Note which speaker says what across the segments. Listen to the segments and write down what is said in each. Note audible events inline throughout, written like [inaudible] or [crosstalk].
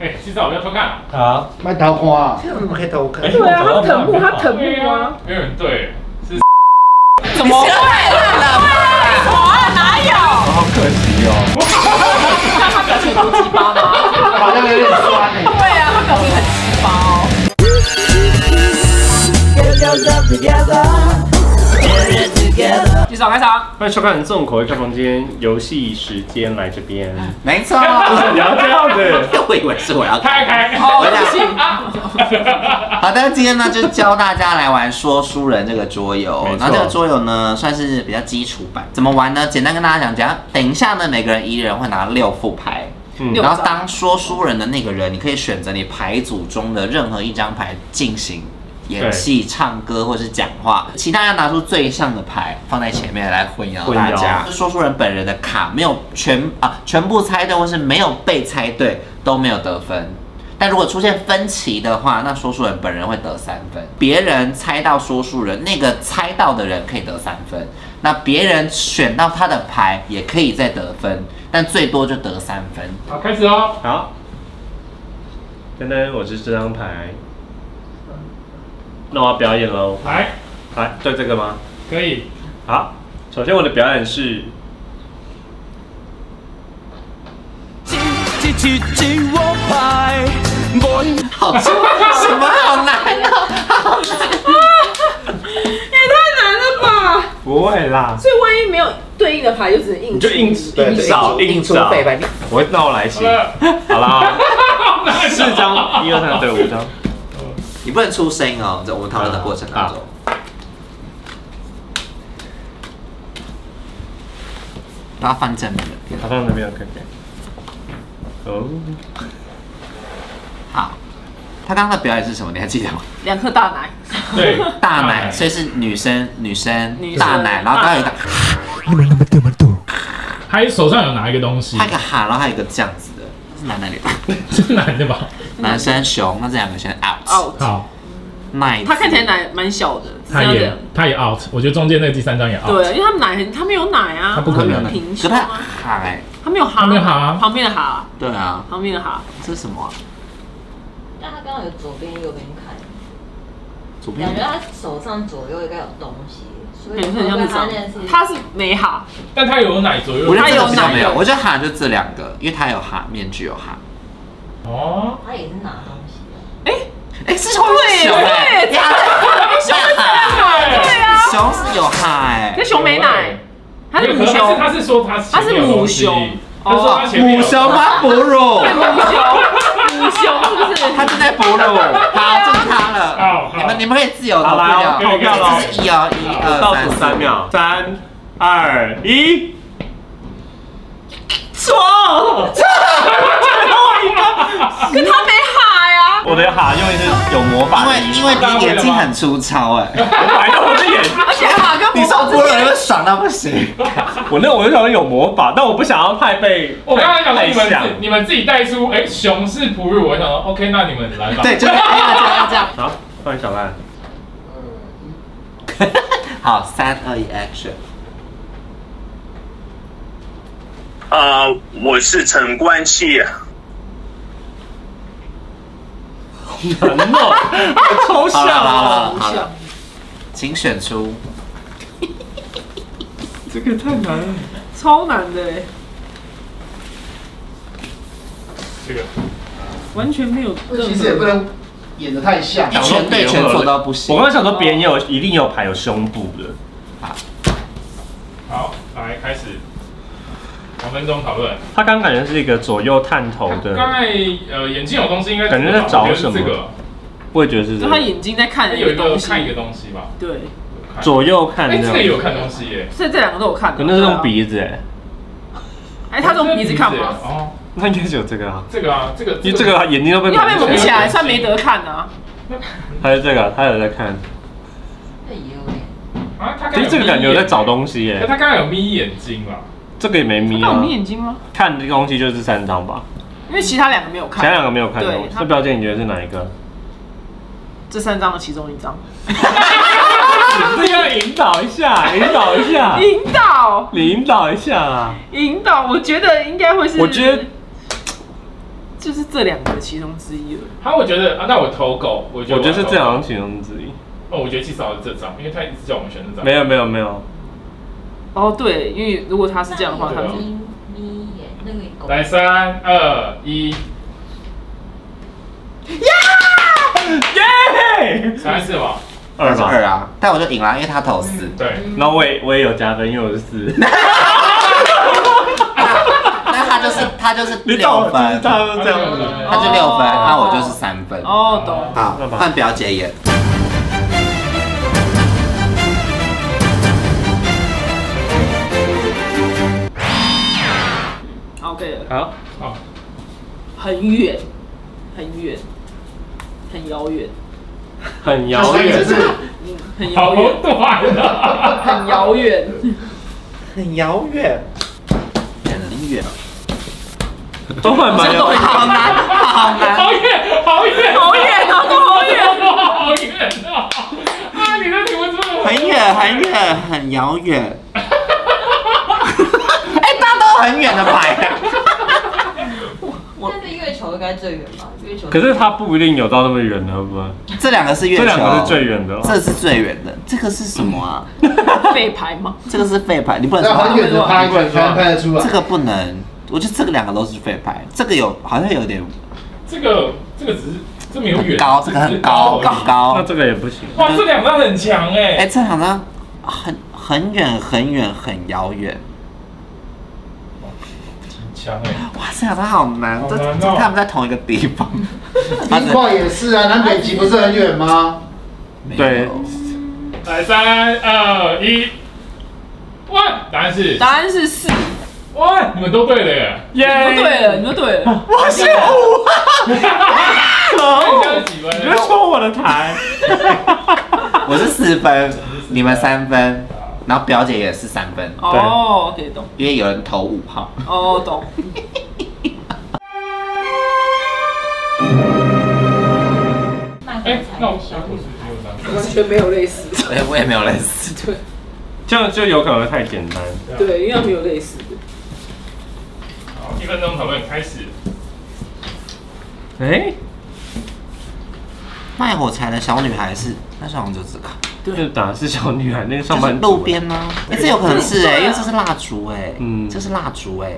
Speaker 1: 哎，洗澡不要偷看啊！
Speaker 2: 好，
Speaker 3: 卖桃花、啊，
Speaker 4: 这样不可以偷看？
Speaker 2: 对
Speaker 5: 对啊，他藤木，他藤木啊，
Speaker 1: 哎呦，对，是
Speaker 6: [laughs] 怎么
Speaker 2: [laughs]
Speaker 6: 会了？我哪有？
Speaker 3: 好可惜哦，
Speaker 6: 那他表情很鸡巴吗？
Speaker 3: 好像有点酸哎、
Speaker 6: 对啊，他表情很鸡巴哦。举手开场，
Speaker 2: 欢迎收看重口味开房间游戏时间来这边，
Speaker 4: 没错，
Speaker 2: 你要这样子，
Speaker 4: [laughs] 我以为是我要
Speaker 1: 开开。
Speaker 6: 哦，
Speaker 4: 对啊
Speaker 6: 不行，
Speaker 4: 好的，今天呢就教大家来玩说书人这个桌游
Speaker 2: 没。错
Speaker 4: 那这个桌游呢算是比较基础版，怎么玩呢？简单跟大家讲讲。等一下呢，每个人一人会拿六副牌。
Speaker 2: 嗯
Speaker 4: 然后当说书人的那个人，你可以选择你牌组中的任何一张牌进行演戏、唱歌或是讲话。其他要拿出最像的牌放在前面来混淆
Speaker 2: 混淆
Speaker 4: 大家。说书人本人的卡没有全啊全部猜对，或是没有被猜对都没有得分。但如果出现分歧的话，那说书人本人会得三分，别人猜到说书人那个猜到的人可以得三分，那别人选到他的牌也可以再得分，但最多就得三分。
Speaker 1: 好，开始哦。
Speaker 2: 好，丹丹，我是这张牌，那我要表演喽，
Speaker 1: 来，
Speaker 2: 来对这个吗？
Speaker 1: 可以。
Speaker 2: 好，首先我的表演是，
Speaker 4: 好，什么好难啊！
Speaker 6: 也太难哦了吧！
Speaker 2: 不会啦，
Speaker 5: 所以万一没有对应的牌，就只能硬
Speaker 2: 你就硬
Speaker 4: 对对
Speaker 2: 找
Speaker 5: 硬
Speaker 2: 硬
Speaker 5: 出
Speaker 2: 找，
Speaker 5: 背吧你
Speaker 2: 我会那我来行，好啦， [laughs] 四张，一二三，对，五张，
Speaker 4: 你不能出声音哦，在我们讨论的过程当中。把它放正面的边
Speaker 2: 好放那边，OK，哦，
Speaker 4: 好，他刚刚的表演是什么？你还记得吗？
Speaker 6: 两颗大奶，
Speaker 1: [laughs] 对，
Speaker 4: 大奶，所以是女生，女生
Speaker 6: 女生
Speaker 4: 大奶，然后刚刚有一个，
Speaker 1: 他手上有拿一个东西
Speaker 4: 还
Speaker 1: [laughs]
Speaker 4: 有，一个哈，然后还有一个这样子的，是男的女的，
Speaker 1: 是男的吧？
Speaker 4: 男生熊，那这两个先 out。
Speaker 5: 哦，
Speaker 1: 好，
Speaker 4: 奶，
Speaker 6: 他看起来奶蛮小的，只
Speaker 1: 他
Speaker 6: 是有
Speaker 1: 也
Speaker 6: 点
Speaker 1: 他也 out，我觉得中间那个第三张也 out。
Speaker 6: 对，因为他们奶很，他没有奶啊，
Speaker 1: 他不可能
Speaker 6: 没有平胸
Speaker 4: 可是他
Speaker 6: 啊，
Speaker 4: 哈哎，
Speaker 6: 他没有哈，
Speaker 1: 他没有哈
Speaker 6: 旁边的哈，
Speaker 4: 对啊，
Speaker 6: 旁边的哈，
Speaker 4: 这是什么啊？
Speaker 7: 但他刚刚有左边右边看，
Speaker 6: 嗯
Speaker 4: 左边
Speaker 7: 感觉他手上左右应该有东西，所以
Speaker 6: 脸嗯很像那
Speaker 7: 他
Speaker 6: 种
Speaker 7: 那是，
Speaker 6: 他是没哈，
Speaker 1: 但他有奶左右。
Speaker 4: 我觉得这
Speaker 6: 有
Speaker 4: 个比较
Speaker 6: 奶
Speaker 4: 没
Speaker 6: 的
Speaker 4: 有，我觉得哈就这两个，因为他有哈面具有哈。
Speaker 1: 哦，
Speaker 7: 他也是拿东西啊的，
Speaker 4: 哎，是熊是熊哎，
Speaker 6: 对熊是这样啊，对啊，
Speaker 4: 熊是有哈哎
Speaker 6: 那，熊没奶，他是
Speaker 1: 没有
Speaker 6: 母
Speaker 1: 可是
Speaker 6: 熊，
Speaker 1: 他是说他前面有东西
Speaker 6: 他是母熊
Speaker 1: 他说他前面
Speaker 2: 哦
Speaker 4: 母
Speaker 1: 有
Speaker 4: 熊吗？哺乳，
Speaker 6: 母熊，母熊是不是？
Speaker 4: 他正在哺乳，好，就是他
Speaker 1: 好
Speaker 4: 了
Speaker 1: 好。
Speaker 4: 你们你们可以自由投
Speaker 2: 好来
Speaker 4: 票，
Speaker 2: 哦投票咯
Speaker 4: 这是一哦，一二
Speaker 2: 倒数三
Speaker 4: 四
Speaker 2: 秒，三二一，错，错，
Speaker 6: 可他没哈 [laughs] 呀，
Speaker 2: 我的哈用的是有魔法
Speaker 4: 因
Speaker 2: 的
Speaker 4: 为
Speaker 2: 音，
Speaker 4: 因为你眼睛很粗糙
Speaker 6: [laughs]
Speaker 4: 哎、
Speaker 2: 我白了我的眼，
Speaker 6: 而且哈跟
Speaker 4: 你
Speaker 6: 母
Speaker 4: 说
Speaker 6: 熊
Speaker 4: 不了就爽到
Speaker 2: [laughs]
Speaker 4: 不行。
Speaker 2: 我那我就想说有魔法，但我不想要太被，
Speaker 1: 我刚刚想说
Speaker 2: 太
Speaker 1: 你们自你们自己带出，哎，熊是哺乳，我想说 OK，那你们来吧。
Speaker 4: 对，就这样这样这样。
Speaker 2: 好，换啊小赖，
Speaker 4: [laughs] 好，三二一，action！
Speaker 8: 啊、我是陈冠希，啊
Speaker 2: 很猛，
Speaker 4: [laughs]
Speaker 2: 我抽象
Speaker 4: 好了好
Speaker 2: 啊，
Speaker 4: 了好了，请选出。
Speaker 2: 这个太难了，
Speaker 6: 超难的欸，
Speaker 1: 这个
Speaker 6: 完全没有任何。
Speaker 3: 其实也不能演的太
Speaker 2: 啊
Speaker 3: 像
Speaker 4: 一，拳对拳错都不行
Speaker 2: 我刚刚想说别人也有一定有牌有胸部的，
Speaker 1: 好，来开始，两分钟讨论。
Speaker 2: 他刚刚感觉是一个左右探头的，
Speaker 1: 刚才呃眼睛有东西，应该
Speaker 2: 哦感觉在找什么
Speaker 1: 这个
Speaker 2: 我也觉得是这
Speaker 6: 就他
Speaker 2: 个
Speaker 6: 眼睛在看
Speaker 1: 有一个
Speaker 6: 哎东西，
Speaker 1: 看一个东西吧。
Speaker 6: 对，
Speaker 1: 看
Speaker 2: 左右看
Speaker 1: 哎，
Speaker 2: 的，
Speaker 1: 这个也有看东西耶。
Speaker 6: 所以这两个都有看。啊
Speaker 2: 可能是用，鼻子哎，
Speaker 6: 哎，他是用鼻子看吗？
Speaker 1: 哦，
Speaker 2: 那应该是有这个啊，
Speaker 1: 这个啊，这个，
Speaker 2: 因为这个眼睛都被
Speaker 6: 因为他被蒙
Speaker 1: 蒙
Speaker 6: 起
Speaker 1: 起
Speaker 6: 来，
Speaker 1: 来
Speaker 6: 算没得看啊。
Speaker 2: 还有这个，他有在看，
Speaker 7: 这也有点。
Speaker 1: 啊，他刚才
Speaker 2: 其
Speaker 1: 有
Speaker 2: 实这个感觉有在找东
Speaker 1: 西
Speaker 2: 西
Speaker 1: 耶。
Speaker 2: 耶
Speaker 1: 他，刚才有眯眼睛吧？
Speaker 2: 这个也没
Speaker 6: 他
Speaker 2: 眯
Speaker 6: 有
Speaker 2: 啊
Speaker 6: 眯，眼睛吗？
Speaker 2: 看的东西就是三张吧，
Speaker 6: 因为其他两个没有
Speaker 2: 前两
Speaker 6: 看，
Speaker 2: 个没有看
Speaker 6: 对
Speaker 2: 东西，
Speaker 6: 他
Speaker 2: 那表姐你觉得是哪一个？
Speaker 6: 这三张的其中一张。
Speaker 2: [laughs] 你要引导一下，引导一
Speaker 6: [laughs]
Speaker 2: 下，
Speaker 6: 引导，
Speaker 2: 你引导一下啊！
Speaker 6: 引导，我觉得应该会是。
Speaker 2: 我觉得
Speaker 6: 就是这两个其中之一了。
Speaker 1: 好，我觉得啊，那我投狗，我觉
Speaker 2: 我
Speaker 1: 得
Speaker 2: 觉得是最好
Speaker 1: 好。
Speaker 2: 像其中之一。
Speaker 1: 哦，我觉得至少是这张，因为他一直叫我们选这张。
Speaker 2: 没有没有没有，
Speaker 6: 哦，对，因为如果他是这样的话，他
Speaker 1: 对啊
Speaker 6: 们
Speaker 7: 眯眯眼那个狗，
Speaker 1: 来，三二一，
Speaker 2: 耶，
Speaker 1: 三四嘛，
Speaker 2: 二吧嗯
Speaker 4: 二。啊，但我就赢了，因为他投四。 [laughs]
Speaker 1: 对，
Speaker 6: 嗯
Speaker 2: 然后我也我也有加分，因为我是四。
Speaker 4: 那他
Speaker 2: [laughs]
Speaker 4: 就是他就是
Speaker 2: 你懂
Speaker 4: 六
Speaker 2: 我就是
Speaker 4: 分，
Speaker 2: 他
Speaker 4: 他
Speaker 2: 就是这样子。
Speaker 1: 对
Speaker 4: 就六分，
Speaker 6: 哦
Speaker 4: 那我就是三
Speaker 2: 啊
Speaker 4: 分。
Speaker 6: 哦，懂。
Speaker 4: 好，换表姐演。
Speaker 6: OK 了，
Speaker 2: 好，
Speaker 1: 好，
Speaker 6: 很远，很远，很遥远，
Speaker 2: 很遥远。
Speaker 3: 是
Speaker 6: 嗯，很
Speaker 1: 好
Speaker 6: 遥远，
Speaker 1: 短啊！
Speaker 6: 很遥远。 [laughs]
Speaker 2: 很遥远，
Speaker 4: 很远，
Speaker 2: 都会蛮遥远。
Speaker 4: 好难，好难。
Speaker 1: 好远，好远，
Speaker 6: 好远啊，都好远。
Speaker 1: 好远啊！啊，你的题目真的
Speaker 4: 很远，很远，很遥
Speaker 2: [laughs]
Speaker 4: 远。哎、大家都很远的牌，
Speaker 7: 但是月球应该最远吧？月球
Speaker 2: 可是它不一定有到那么远的，好不好？
Speaker 4: 这两个是月球，
Speaker 2: 这两个是最远的哦。
Speaker 4: 这是最远的，这个是什么
Speaker 2: [laughs]
Speaker 4: 啊？
Speaker 6: 废牌吗？
Speaker 4: 这个是废牌，你不能
Speaker 3: 那
Speaker 4: 说
Speaker 3: 很
Speaker 4: 啊
Speaker 3: 远的拍，才能拍得出来
Speaker 4: 这。个不能。我觉得这个两个都是废牌，这个有好像有点
Speaker 1: 这个这个只是这没有
Speaker 4: 很
Speaker 1: 远，
Speaker 4: 高，这个很高
Speaker 1: 只是
Speaker 4: 很高
Speaker 2: 那。这个也不行。
Speaker 1: 哇，这两张很强哎、
Speaker 4: 哎、这两张很很远很远很遥远，
Speaker 1: 很强哎、
Speaker 4: 哇，这两张好难，
Speaker 1: 好
Speaker 4: 这
Speaker 1: 难哦
Speaker 4: 这他们在同一个地方，
Speaker 3: 冰块也是啊，南北极不是很远吗？
Speaker 4: 没有
Speaker 2: 对
Speaker 1: 来，三二一，哇，答案是
Speaker 6: 答案是四。
Speaker 1: 哇，你们都对了耶！
Speaker 2: 耶
Speaker 6: 你们对了，你们对了。
Speaker 4: 哇，是五啊！
Speaker 2: 可
Speaker 6: 哦
Speaker 1: 那 [laughs] 你这
Speaker 2: 恶
Speaker 1: 样！几分
Speaker 2: 你在说我的台？
Speaker 4: 我是四分，你们三分，然后表姐也是三分，
Speaker 6: 哦，OK，懂。
Speaker 4: 因为有人投五号。 [laughs]
Speaker 6: 哦，懂。
Speaker 7: 那
Speaker 1: 哎、
Speaker 7: 个才
Speaker 1: 那我
Speaker 7: 小
Speaker 1: 我是只有三分。
Speaker 6: 完全没有类似。
Speaker 4: 哎、我也没有认识。
Speaker 6: 对
Speaker 2: 这样就有可能会太简单。
Speaker 6: 对，因为没有类似的。
Speaker 1: 好，一分钟讨论开始。
Speaker 2: 哎，
Speaker 4: 卖火柴的小女孩是，那好像就
Speaker 2: [laughs]
Speaker 4: 这个，
Speaker 2: 这打是小女孩那个上
Speaker 4: 就是
Speaker 2: 班族啊
Speaker 4: 路边吗？哎、这有可能是哎、因为这是蜡烛哎、
Speaker 2: 嗯
Speaker 4: 这是蜡烛哎、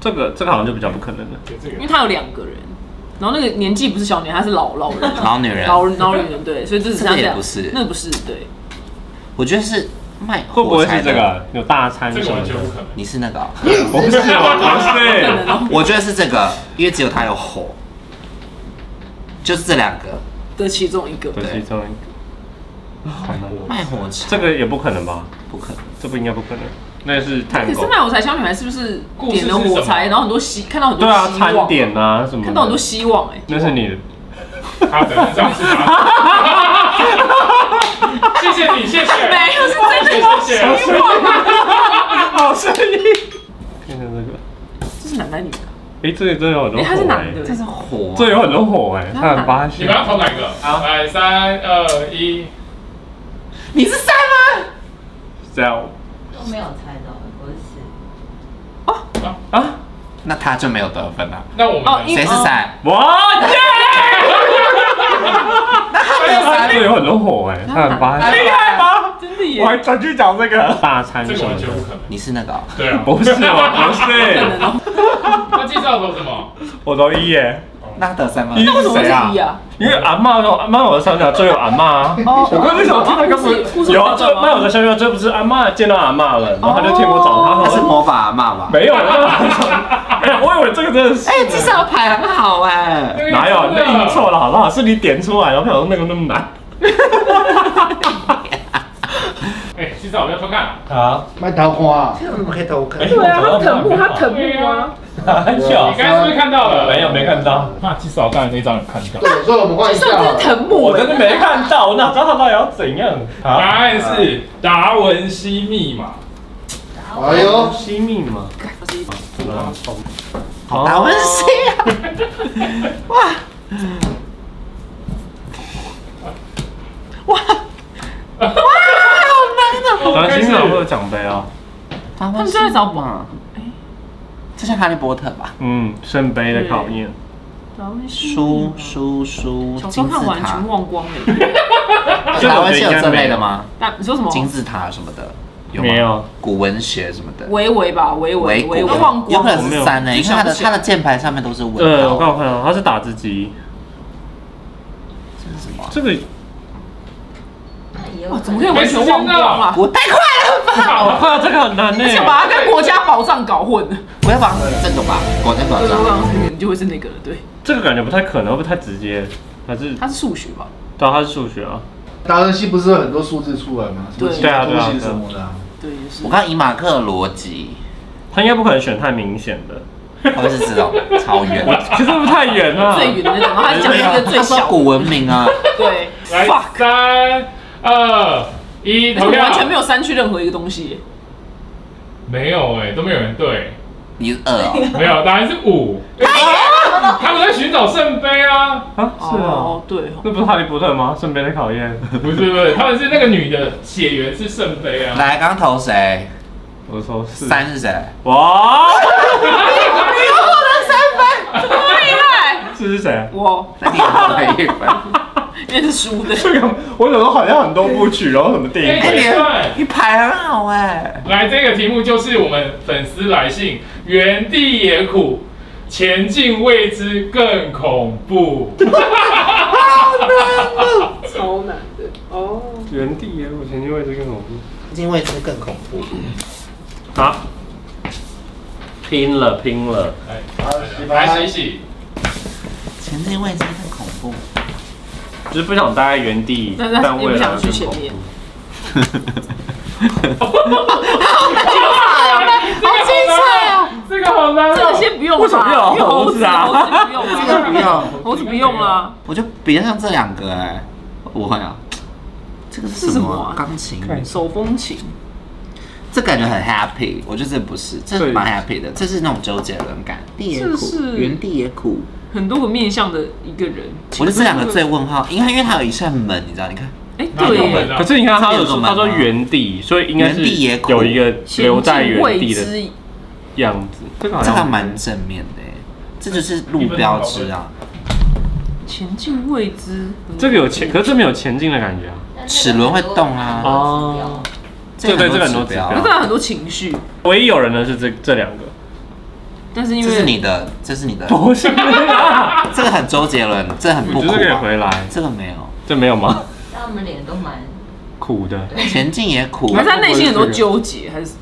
Speaker 2: 这个这个好像就比较不可能了。
Speaker 1: 就这个
Speaker 6: 因为，他有两个人，然后那个年纪不是小年，他是老老人，
Speaker 4: 老女人
Speaker 6: 老老女人对，所以这只
Speaker 4: 这个也
Speaker 6: 两
Speaker 4: 不是
Speaker 6: 那个不是对，
Speaker 4: 我觉得是卖
Speaker 2: 会不
Speaker 4: 火
Speaker 2: 会
Speaker 4: 柴
Speaker 2: 是
Speaker 4: 的。
Speaker 2: 这个啊有大餐
Speaker 1: 这
Speaker 2: 什
Speaker 1: 个
Speaker 2: 么
Speaker 1: 完全不可
Speaker 2: 的？
Speaker 1: 能。
Speaker 4: 你是那个哦、
Speaker 2: 不是，我不是。
Speaker 4: [laughs] 我觉得是这个，因为只有它有火，就是这两个
Speaker 6: 的其中一个。
Speaker 2: 这其中一个，好难哦。
Speaker 4: [laughs] 卖火柴，
Speaker 2: 这个也不可能吧？
Speaker 4: 不可能。
Speaker 2: 这不应该不可能，那是探
Speaker 6: 可
Speaker 2: 狗
Speaker 6: 是。卖火柴小女孩是不是
Speaker 1: 故事是
Speaker 6: 点了火柴，然后很多希看到很多
Speaker 2: 对啊，
Speaker 6: 希望
Speaker 2: 餐点嗯啊什么的，
Speaker 6: 看到很多希望哎，
Speaker 2: 那是你的。
Speaker 1: 他的这样是他。谢谢你，谢谢。
Speaker 6: 没有是真的
Speaker 1: 谢谢谢
Speaker 2: 好声
Speaker 1: 谢。
Speaker 2: 音，好声音。变成这个，
Speaker 6: 这是男的女的？
Speaker 2: 哎，这里真的有很多
Speaker 6: 哎，
Speaker 2: 火
Speaker 6: 他是
Speaker 2: 哎
Speaker 6: 男，的，
Speaker 4: 这是火、啊
Speaker 2: 这有很多火哎，他很发
Speaker 1: 你
Speaker 2: 现
Speaker 1: 们。要投哪个？好，来，三二一，
Speaker 4: 你是三吗？
Speaker 2: 这样
Speaker 7: 都没有猜到，我是四
Speaker 2: 啊，
Speaker 4: 那他就没有得分了。
Speaker 1: 那我们
Speaker 6: 哦
Speaker 1: 呢
Speaker 6: 因
Speaker 4: 谁是三？
Speaker 2: 哇耶！
Speaker 4: 他
Speaker 2: 他这里有很多火哎，他很发现。
Speaker 4: 害吗？
Speaker 6: 真的
Speaker 2: 我
Speaker 6: 耶，
Speaker 2: 还转去讲这个大餐
Speaker 1: 这
Speaker 2: 什
Speaker 1: 个
Speaker 2: 么
Speaker 1: 完全
Speaker 2: 的
Speaker 1: 不，可能。
Speaker 4: 你是那个、哦
Speaker 1: 对啊，
Speaker 2: 不是我不
Speaker 1: [laughs]
Speaker 2: 是，
Speaker 1: 那介绍投什么？
Speaker 2: 我都一耶。
Speaker 4: 那他得三吗？
Speaker 2: 一
Speaker 6: 为什
Speaker 2: 是
Speaker 6: 么会
Speaker 2: 谁
Speaker 6: 是
Speaker 2: 啊
Speaker 6: 一？啊？
Speaker 2: 因为阿嬷说阿嬷我的小鸟追有阿嬷啊。
Speaker 6: 哦
Speaker 2: 我刚才想听那个
Speaker 6: 故
Speaker 2: 不
Speaker 6: 事
Speaker 2: 有啊，这
Speaker 6: 故事
Speaker 2: 卖我的小鸟追不是阿嬷见到阿嬷了，然后他就替我找他，
Speaker 4: 他
Speaker 2: 我
Speaker 4: 是
Speaker 2: 说
Speaker 4: 魔法阿嬷吧？
Speaker 2: 没有啦。哎，我以为这个真的是
Speaker 4: 哎、这少牌很好哎、
Speaker 2: 哪有？那印错了好不好？是你点出来，然后想说那个那么难。
Speaker 1: 哎，介绍我要偷看啊。
Speaker 2: 好，
Speaker 3: 卖桃花啊，
Speaker 2: 这我们可以偷看。
Speaker 6: 对啊，他疼木，他疼木啊，
Speaker 2: 哪
Speaker 1: 你刚才是不是看到了？
Speaker 2: 没有，没看到。
Speaker 1: 那介绍刚才那张有看到。
Speaker 3: 对，所以我们换一
Speaker 6: 这
Speaker 3: 下
Speaker 6: 真的
Speaker 3: 好了。
Speaker 6: 疼木，
Speaker 2: 我真的没看到，我哪知道他到底要怎样？
Speaker 1: 答案是达文西密码。
Speaker 3: [laughs]
Speaker 6: [laughs]
Speaker 3: 哎呦，
Speaker 2: 惜命嘛。好
Speaker 4: 达文西啊！哇！哇！哇！
Speaker 6: 啊
Speaker 4: 好
Speaker 2: 达
Speaker 1: 达
Speaker 2: 文西密码会有奖杯啊。
Speaker 4: 难
Speaker 6: 他
Speaker 4: 哦！
Speaker 6: 们就在找宝，
Speaker 4: 这像哈利波特吧？
Speaker 2: 嗯，圣杯的考验。
Speaker 4: 书书书，
Speaker 6: 小时候
Speaker 4: 金字
Speaker 6: 看完
Speaker 4: 塔
Speaker 6: 全部，忘光了。
Speaker 4: 台湾是有这类的吗？
Speaker 6: 但你说什么？
Speaker 4: 金字塔什么的有吗
Speaker 2: 没有，
Speaker 4: 古文学什么的，
Speaker 6: 维维吧，维维
Speaker 4: 维
Speaker 6: 维
Speaker 4: 古
Speaker 6: 维忘
Speaker 4: 有
Speaker 6: 光啊了。
Speaker 4: 可能是三呢，因为它的它的键盘上面都是文。哦
Speaker 2: 对，呃我看我看到它是打字机，
Speaker 4: 这是什么啊？
Speaker 2: 这个
Speaker 7: 那也有
Speaker 6: 哇，
Speaker 7: 可
Speaker 6: 怎么
Speaker 7: 能
Speaker 6: 可以完全忘光啊？
Speaker 4: 我太快了吧！
Speaker 2: 好快，这个很难呢
Speaker 6: 而。且把它跟国家宝藏搞混了，
Speaker 4: 我要把这个吧，国家宝
Speaker 6: 对
Speaker 4: 藏
Speaker 6: 对。
Speaker 2: 啊
Speaker 6: 对，你就会是那个了。对，
Speaker 2: 这个感觉不太可能，会不会太直接？还是
Speaker 6: 它是数学吧？
Speaker 2: 对啊，它是数学啊。
Speaker 3: 达文西不是有很多数字出来吗？什么
Speaker 6: 对
Speaker 3: 几
Speaker 2: 对啊
Speaker 3: 何
Speaker 2: 对
Speaker 3: 图
Speaker 2: 啊
Speaker 3: 形
Speaker 2: 对啊
Speaker 3: 什么的啊。
Speaker 6: 对，也是
Speaker 4: 我。刚刚以马克逻辑，
Speaker 2: 他应该不可能选太明显的，
Speaker 4: 他会是这种超远。
Speaker 2: 可是会不会太远啊了、
Speaker 6: 最远的那种，他讲一个最
Speaker 4: 他
Speaker 6: 小
Speaker 4: 说
Speaker 6: 的，
Speaker 4: 古文明啊，
Speaker 6: 对
Speaker 1: 来
Speaker 6: ，fuck，
Speaker 1: 三二一，
Speaker 6: 而且
Speaker 1: 投
Speaker 6: 我
Speaker 1: 票
Speaker 6: 完全没有删去任何一个东西。
Speaker 1: 没有哎、都没有人对，
Speaker 4: 你是二哦，
Speaker 1: 没有，答案是五。他们在寻找圣杯啊，
Speaker 2: 啊，是啊，
Speaker 6: 哦，对哦，
Speaker 2: 那不是哈利波特吗？顺便的考验， [laughs]
Speaker 1: 不是不是，他们是那个女的血缘是圣杯啊。
Speaker 4: 来，刚刚投谁？
Speaker 2: 我说是
Speaker 4: 三是谁？
Speaker 2: 哇，
Speaker 6: 厉害！
Speaker 2: 这是谁？啊
Speaker 6: 我
Speaker 4: 那你也得一分。
Speaker 6: 因为是输的，
Speaker 2: 这个我怎么好像很多部曲，然后什么电
Speaker 1: 哎
Speaker 2: 影？
Speaker 4: 哎，你你排很好哎。
Speaker 1: 来，这个题目就是我们粉丝来信，原地也苦，前进未知更恐怖。
Speaker 5: 超难的哦。
Speaker 2: 原地
Speaker 4: 啊
Speaker 2: 也我前进位置更恐怖。
Speaker 4: 因为这更恐怖。
Speaker 2: 好，拼了拼了，
Speaker 1: 来，
Speaker 3: 好洗吧
Speaker 1: 来洗洗。
Speaker 4: 前进位置更恐怖。
Speaker 2: 就是不想待在原地，
Speaker 6: 但是
Speaker 2: 但
Speaker 6: 也
Speaker 2: 未来
Speaker 6: 不想
Speaker 2: 更
Speaker 6: 去前
Speaker 2: 恐怖
Speaker 6: 面。。
Speaker 1: 啊好精彩哦！这个好难
Speaker 6: 这
Speaker 1: 哦。
Speaker 6: 些不用
Speaker 2: 为什么
Speaker 6: 啦，
Speaker 2: 要
Speaker 6: 因为猴子啊，猴子不
Speaker 4: 这个
Speaker 6: 用
Speaker 4: 不
Speaker 6: 啦，
Speaker 4: 用，
Speaker 6: 猴子不用啦。
Speaker 4: 我就比得上这两个哎。我会啊，这个是
Speaker 6: 是
Speaker 4: 什
Speaker 6: 什
Speaker 4: 么
Speaker 6: 么
Speaker 4: 啊
Speaker 6: 啊？
Speaker 4: 钢琴。
Speaker 6: 手风琴，
Speaker 4: 这感觉很 happy，我觉得这不是，这是
Speaker 2: 对
Speaker 4: 蛮 happy 的，这是那种纠结人感，地也
Speaker 6: 这
Speaker 4: 苦，
Speaker 6: 是
Speaker 4: 原地也苦。
Speaker 6: 很多个面向的一个人。
Speaker 4: 我觉得这两个最问号，因为因为它有一扇门，你知道？你看，
Speaker 6: 哎，
Speaker 1: 哪
Speaker 6: 对
Speaker 1: 有门
Speaker 6: 耶，
Speaker 1: 啊
Speaker 2: 可是你看，他有说
Speaker 4: 这个有什么
Speaker 2: 他说原地，所以应该是
Speaker 4: 原地也苦
Speaker 2: 有一个留在
Speaker 6: 前进
Speaker 2: 原
Speaker 6: 未
Speaker 2: 地的
Speaker 6: 知，
Speaker 2: 样子。这个好
Speaker 4: 这个
Speaker 2: 像
Speaker 4: 蛮正面的耶，这就是路标志啊，
Speaker 6: 前进未知，
Speaker 2: 这个有前，可是这没有前进的感觉啊。
Speaker 7: 但
Speaker 4: 齿轮会动啊
Speaker 2: 哦，
Speaker 4: 个
Speaker 2: 对对这个很多
Speaker 4: 指啊
Speaker 2: 指
Speaker 6: 可
Speaker 2: 标
Speaker 6: 是它有很多情绪，
Speaker 2: 唯一有人的是这这两个，
Speaker 6: 但是因
Speaker 4: 这
Speaker 6: 为
Speaker 4: 是你的，这是你的，
Speaker 2: 不 [laughs] 是啊，
Speaker 4: 这个很周杰伦，这很
Speaker 2: 我觉
Speaker 4: 不苦
Speaker 2: 得这个也
Speaker 4: 啊，
Speaker 2: 回来，
Speaker 4: 这个没有，
Speaker 2: 这没有吗？
Speaker 7: 他们脸都蛮
Speaker 2: 苦的，
Speaker 4: 前进也苦
Speaker 6: 可，是他内心很多纠结，还是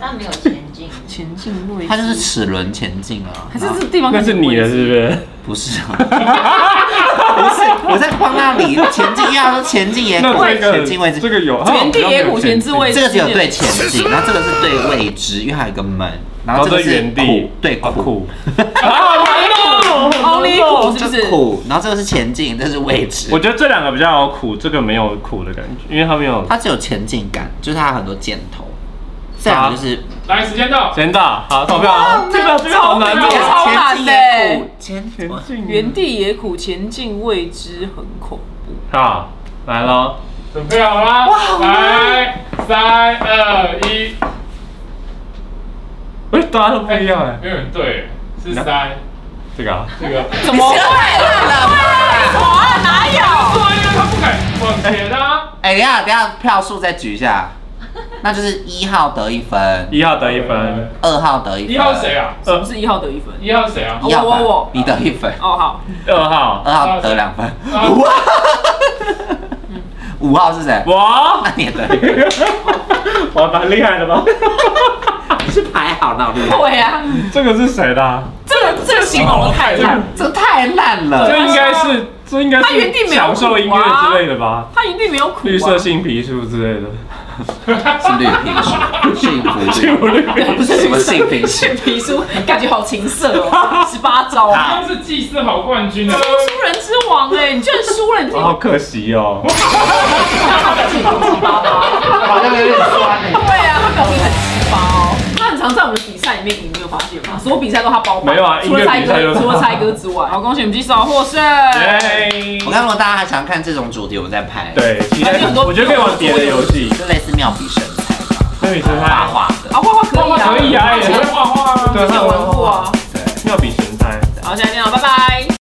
Speaker 7: 但没有前进。
Speaker 6: 前进未知，
Speaker 4: 它就是齿轮前进啊
Speaker 6: 还，是这地方
Speaker 2: 那是你的，是不是？
Speaker 4: 不是啊。不是，我在框那里前进，因为他说前进哎也苦
Speaker 2: 那，这
Speaker 4: 前
Speaker 2: 个
Speaker 4: 进位置
Speaker 2: 这个有
Speaker 6: 原地野苦前置位置，
Speaker 4: 这个只有对前景，然后这个是对未知，因为它有一个门，
Speaker 2: 然
Speaker 4: 然后
Speaker 2: 后
Speaker 4: 这个
Speaker 2: 这
Speaker 4: 是
Speaker 2: 原地
Speaker 4: 苦对
Speaker 2: 啊 [laughs]
Speaker 4: 苦，
Speaker 6: ，only 苦是
Speaker 4: 就
Speaker 6: 不是？
Speaker 4: 苦，然后这个是前进，这是未知
Speaker 2: 我。觉得这两个比较有苦，这个没有苦的感觉，因为它没有。
Speaker 4: 它只有前进感，就是它有很多箭头。这两个就是
Speaker 1: 来，时间到。
Speaker 2: 真的好投票啊，这个这个好难
Speaker 6: 这个
Speaker 2: 哦。
Speaker 6: 哦超
Speaker 4: 前
Speaker 6: 难哦
Speaker 4: 进
Speaker 6: 的
Speaker 2: 前
Speaker 4: 也苦，前
Speaker 2: 进
Speaker 6: 原地野苦，前进未知，很恐怖。
Speaker 2: 啊，来喽，
Speaker 1: 准备好啦？来，三二一。
Speaker 2: 哎，大家都不一样哎，
Speaker 1: 没有人对，是三。
Speaker 2: 这个啊
Speaker 1: 这个，
Speaker 6: 怎么会啦？哪有？
Speaker 1: 哇，因为他不敢往前啊。
Speaker 4: 哎，等一下等一下，票数再举一下，那就是一号得一分，
Speaker 2: 一号得一分，。
Speaker 4: 二号得一分，
Speaker 1: 一号谁？啊？
Speaker 6: 什么是一号得一分？
Speaker 1: 一号谁啊？
Speaker 4: 一号吧
Speaker 6: 我我我
Speaker 4: 你得一分，
Speaker 6: 哦，好，
Speaker 2: 二号
Speaker 4: 二号得两分，
Speaker 1: 啊
Speaker 4: 五号，五号是谁？
Speaker 2: 我 [laughs]
Speaker 4: 那，你也得一分，
Speaker 2: 我蛮厉害的吧？
Speaker 4: 你是排好那我厉害
Speaker 6: 对啊呀，
Speaker 2: [laughs] 这个是谁的啊？
Speaker 6: 这个这个形容的太烂了，
Speaker 4: 这太烂了，
Speaker 2: 这应该是，这应该
Speaker 6: 他原地没
Speaker 2: 是
Speaker 6: 有啊
Speaker 2: 享受音乐之类的吧？
Speaker 6: 他一定没有苦啊。
Speaker 2: 绿色性皮书之类的，
Speaker 4: 是绿皮书，幸福绿
Speaker 2: 幸福绿皮
Speaker 6: 对，
Speaker 2: 书
Speaker 6: 不是
Speaker 4: 啊什么性平
Speaker 6: 性皮书，感觉好情色哦，十八招。
Speaker 4: 好
Speaker 1: 他是祭司好冠军啊！
Speaker 6: 输人之王哎、你居然输了，你自
Speaker 2: 哦 [laughs]
Speaker 6: 己
Speaker 2: 好可惜哦。
Speaker 3: 好像有点酸哎、
Speaker 6: 对啊，他表情很奇葩哦。他很常在我们比赛里面赢，你有发现吗？所有比赛都他包办，
Speaker 2: 没有啊
Speaker 6: 除了猜
Speaker 2: 音乐比赛就
Speaker 6: 歌，
Speaker 2: 是
Speaker 6: 除了猜歌之外，好，恭喜我们举手获胜。
Speaker 2: 耶
Speaker 4: 我！看如果大家还想看这种主题，我们再拍。，
Speaker 2: 对，期待
Speaker 6: 有很多
Speaker 2: 我觉得可以玩别的游戏，
Speaker 4: 就类似妙笔生财吧，
Speaker 2: 那你神
Speaker 4: 画
Speaker 2: 猜，
Speaker 4: 画的。
Speaker 6: 啊，画画可以
Speaker 2: 可以啊，
Speaker 6: 啊，
Speaker 2: 也
Speaker 1: 也
Speaker 2: 是
Speaker 1: 会画画啊。
Speaker 2: 对，
Speaker 6: 有玩过啊，
Speaker 4: 对，
Speaker 2: 妙笔神猜，
Speaker 6: 好，现在见了，拜拜。